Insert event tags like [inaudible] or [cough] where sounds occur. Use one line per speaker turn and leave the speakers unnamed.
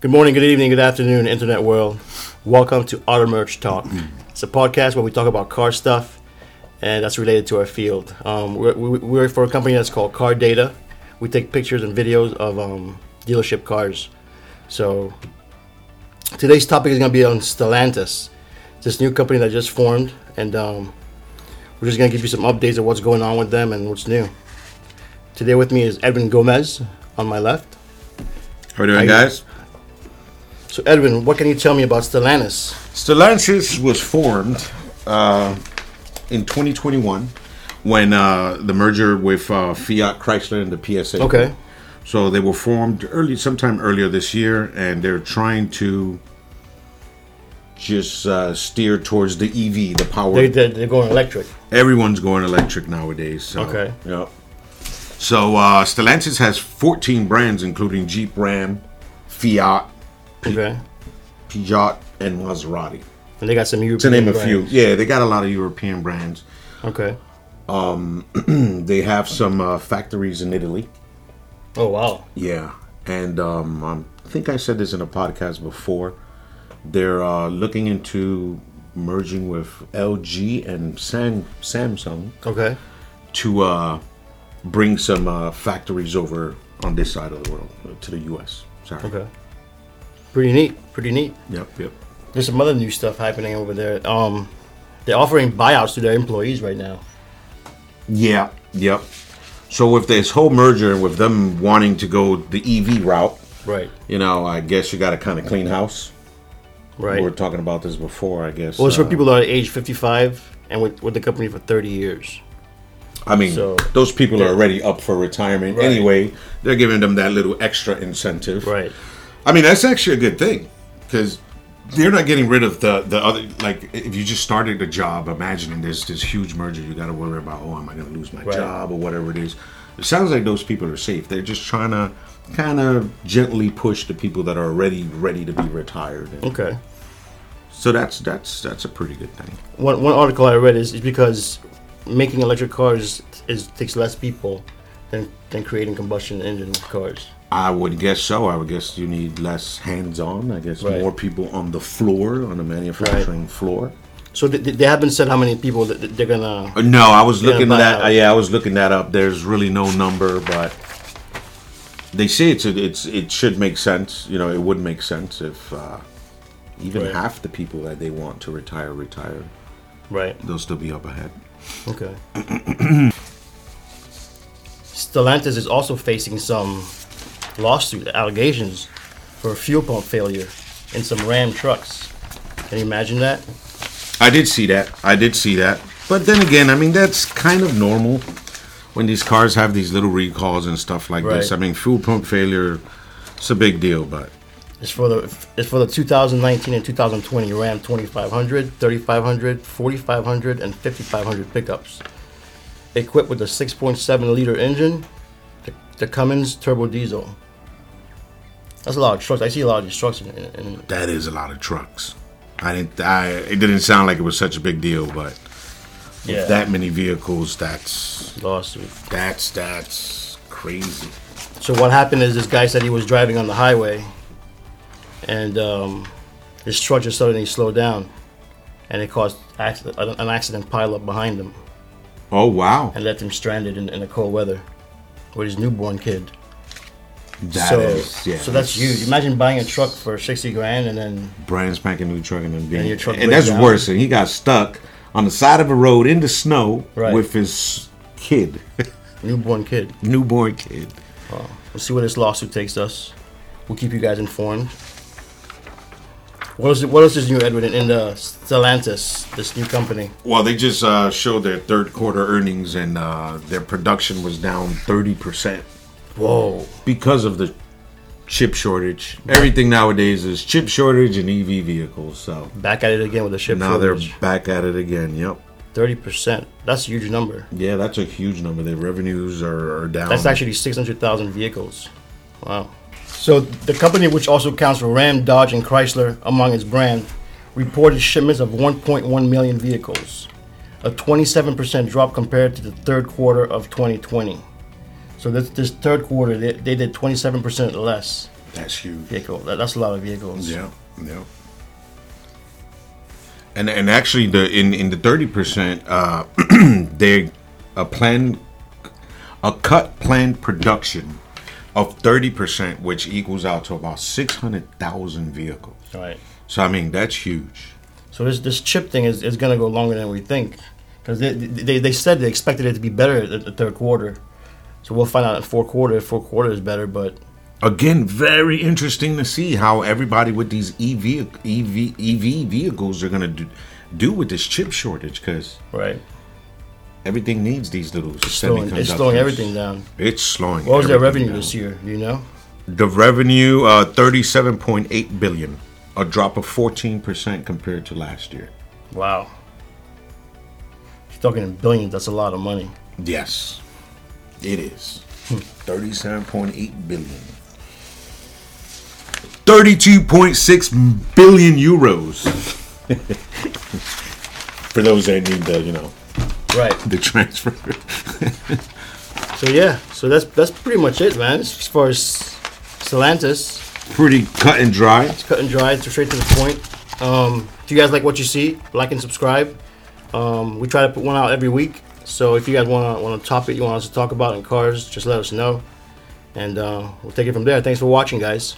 Good morning, good evening, good afternoon, Internet world. Welcome to Auto Merch Talk. It's a podcast where we talk about car stuff, and that's related to our field. Um, we're, we- we're for a company that's called Car Data. We take pictures and videos of um, dealership cars. So today's topic is going to be on Stellantis, this new company that just formed, and um, we're just going to give you some updates of what's going on with them and what's new. Today with me is Edwin Gomez on my left.
How we doing, guys?
So Edwin, what can you tell me about Stellantis?
Stellantis was formed uh, in 2021 when uh, the merger with uh, Fiat Chrysler and the PSA.
Okay.
So they were formed early, sometime earlier this year, and they're trying to just uh, steer towards the EV, the power.
They did. They're going electric.
Everyone's going electric nowadays. So,
Okay.
Yep. So uh, Stellantis has 14 brands, including Jeep, Ram, Fiat,
Okay.
Peugeot, and Maserati.
And they got some European.
to name a few.
brands.
Yeah, they got a lot of European brands. [clears throat]
Okay.
They have some uh, factories in Italy.
Oh wow.
Yeah, and um, um, I think I said this in a podcast before. They're uh, looking into merging with LG and Sam- Samsung
Okay.
to uh, bring some uh, factories over on this side of the world uh, to the U.S. Sorry.
Okay. Pretty neat. Pretty neat.
Yep. Yep.
There's some other new stuff happening over there. Um, they're offering buyouts to their employees right now.
Yeah, yep. So with this whole merger and with them wanting to go the EV route,
Right.
you know, I guess you got to kind of clean house.
Right.
We were talking about this before, I guess.
well, it's for
Uh,
people that are age 55 and with, with the company for 30 years.
I mean,
so-
those people are already up for retirement
Right.
anyway. They're giving them that little extra incentive.
Right.
I mean, that's actually a good thing because they're not getting rid of the the other. Like, if you just started a job, imagining there's this huge merger, you got to worry about, oh, am I going to lose my
Right.
job or whatever it is. It sounds like those people are safe. They're just trying to kind of gently push the people that are already ready to be retired. And
Okay.
So that's that's that's a pretty good thing.
One, one article I read is, is because making electric cars is takes less people than, than creating combustion engine cars.
I would guess so. I would guess you need less hands-on. I guess
Right.
more people on the floor, on the manufacturing floor.
So they, they haven't said how many people that that they're gonna.
Uh, No, I was looking
buy
that.
out.
uh, yeah, I was looking that up. There's really no number, but they say it's it's it should make sense. You know, it would make sense if uh, even
Right.
half the people that they want to retire retire.
Right.
They'll still be up ahead.
Okay. Stellantis is also facing some lawsuit allegations for fuel pump failure in some Ram trucks. Can you imagine that?
I did see that. I did see that. But then again, I mean, that's kind of normal when these cars have these little recalls and stuff like this. I
Right.
mean, fuel pump failure, it's a big deal, but
It's for the it's for the 2019 and 2020 Ram 2500, 3500, 4500, and 5500 pickups, equipped with a 6.7 liter engine, the, the Cummins turbo diesel. That's a lot of trucks. I see a lot of these trucks in, in, in
that is a lot of trucks. I didn't. I it didn't sound like it was such a big deal, but
yeah.
that many vehicles, that's
lawsuit.
that's that's crazy.
So what happened is this guy said he was driving on the highway, and um, his truck just suddenly slowed down, and it caused accident, an accident pileup behind him
Oh wow,
and left him stranded in, in the cold weather with his newborn kid.
That
so
is- yeah.
so that's huge. Imagine buying a truck for sixty grand and then
brand spanking new truck and then being
your truck
and that's
breaks down.
worse. And he got stuck on the side of a road in the snow
Right.
with his kid, [laughs]
newborn kid.
newborn kid.
We'll see where this lawsuit takes us. We'll keep you guys informed. What else? What else is new, Edwin, in- in the uh, Stellantis, this new company?
Well, they just uh, showed their third quarter earnings, and uh, their production was down thirty percent
Whoa!
because of the chip shortage. Everything nowadays is chip shortage and EV vehicles. So
Back at it again with the ship.
now
shortage.
they're back at it again. Yep.
Thirty percent. That's a huge number.
Yeah, that's a huge number. Their revenues are, are down.
That's actually six hundred thousand vehicles. Wow. So the company, which also counts for Ram, Dodge, and Chrysler among its brand, reported shipments of 1.1 million vehicles, a 27% drop compared to the third quarter of 2020. So this, this third quarter, they, they did 27% less
That's huge.
vehicle. That, that's a lot of vehicles.
Yeah, yeah. And and actually, the in in the thirty percent, uh, [clears throat] they a plan a cut planned production of thirty percent, which equals out to about six hundred thousand vehicles.
All right.
So I mean, that's huge.
So this this chip thing is, is going to go longer than we think, because they, they they said they expected it to be better at the third quarter. So we'll find out in fourth quarter. if Fourth quarter is better, but
Again, very interesting to see how everybody with these E EV EV EV E vehicles are gonna do, do with this chip shortage because
right,
everything needs these little
slowing, it's slowing
semiconductors.
everything down.
It's slowing.
What was their
everything
revenue
down.
this year? Do you know?
The revenue, uh, thirty-seven point eight billion, a drop of fourteen percent compared to last year.
Wow. You're talking in billions. That's a lot of money.
Yes, Hmm. it is. Thirty-seven point eight billion. Thirty-two point six billion euros. [laughs] For those that need the, you know,
Right.
the transfer.
So yeah. So that's that's pretty much it, man. As far as Stellantis.
Pretty cut and dry.
It's cut and dry. It's straight to the point. Um, if you guys like what you see, like and subscribe. Um, we try to put one out every week. So if you guys want to want a topic you want us to talk about in cars, just let us know, and uh, we'll take it from there. Thanks for watching, guys.